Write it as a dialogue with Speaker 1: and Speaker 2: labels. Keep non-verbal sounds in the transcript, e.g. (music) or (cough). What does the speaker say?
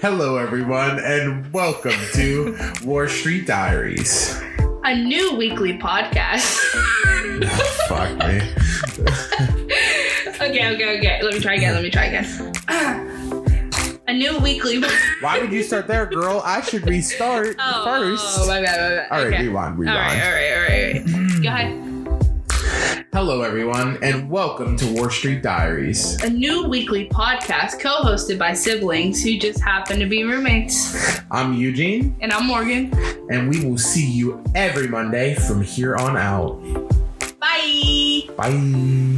Speaker 1: Hello, everyone, and welcome to War Street Diaries.
Speaker 2: a new weekly podcast. (laughs)
Speaker 1: Fuck me.
Speaker 2: okay, okay, okay. Let me try again. Let me try again. a new weekly. (laughs)
Speaker 1: Why would you start there, girl? I should restart
Speaker 2: Oh,
Speaker 1: first.
Speaker 2: Oh my god, my bad.
Speaker 1: all right,
Speaker 2: okay.
Speaker 1: rewind,
Speaker 2: all
Speaker 1: rewind.
Speaker 2: right, all right, all right, all right. Go ahead.
Speaker 1: Hello, everyone, and welcome to War Street Diaries.
Speaker 2: A new weekly podcast co-hosted by siblings who just happen to be roommates.
Speaker 1: I'm Eugene,
Speaker 2: And I'm Morgan.
Speaker 1: and we will see you every Monday from here on out.
Speaker 2: Bye.
Speaker 1: Bye.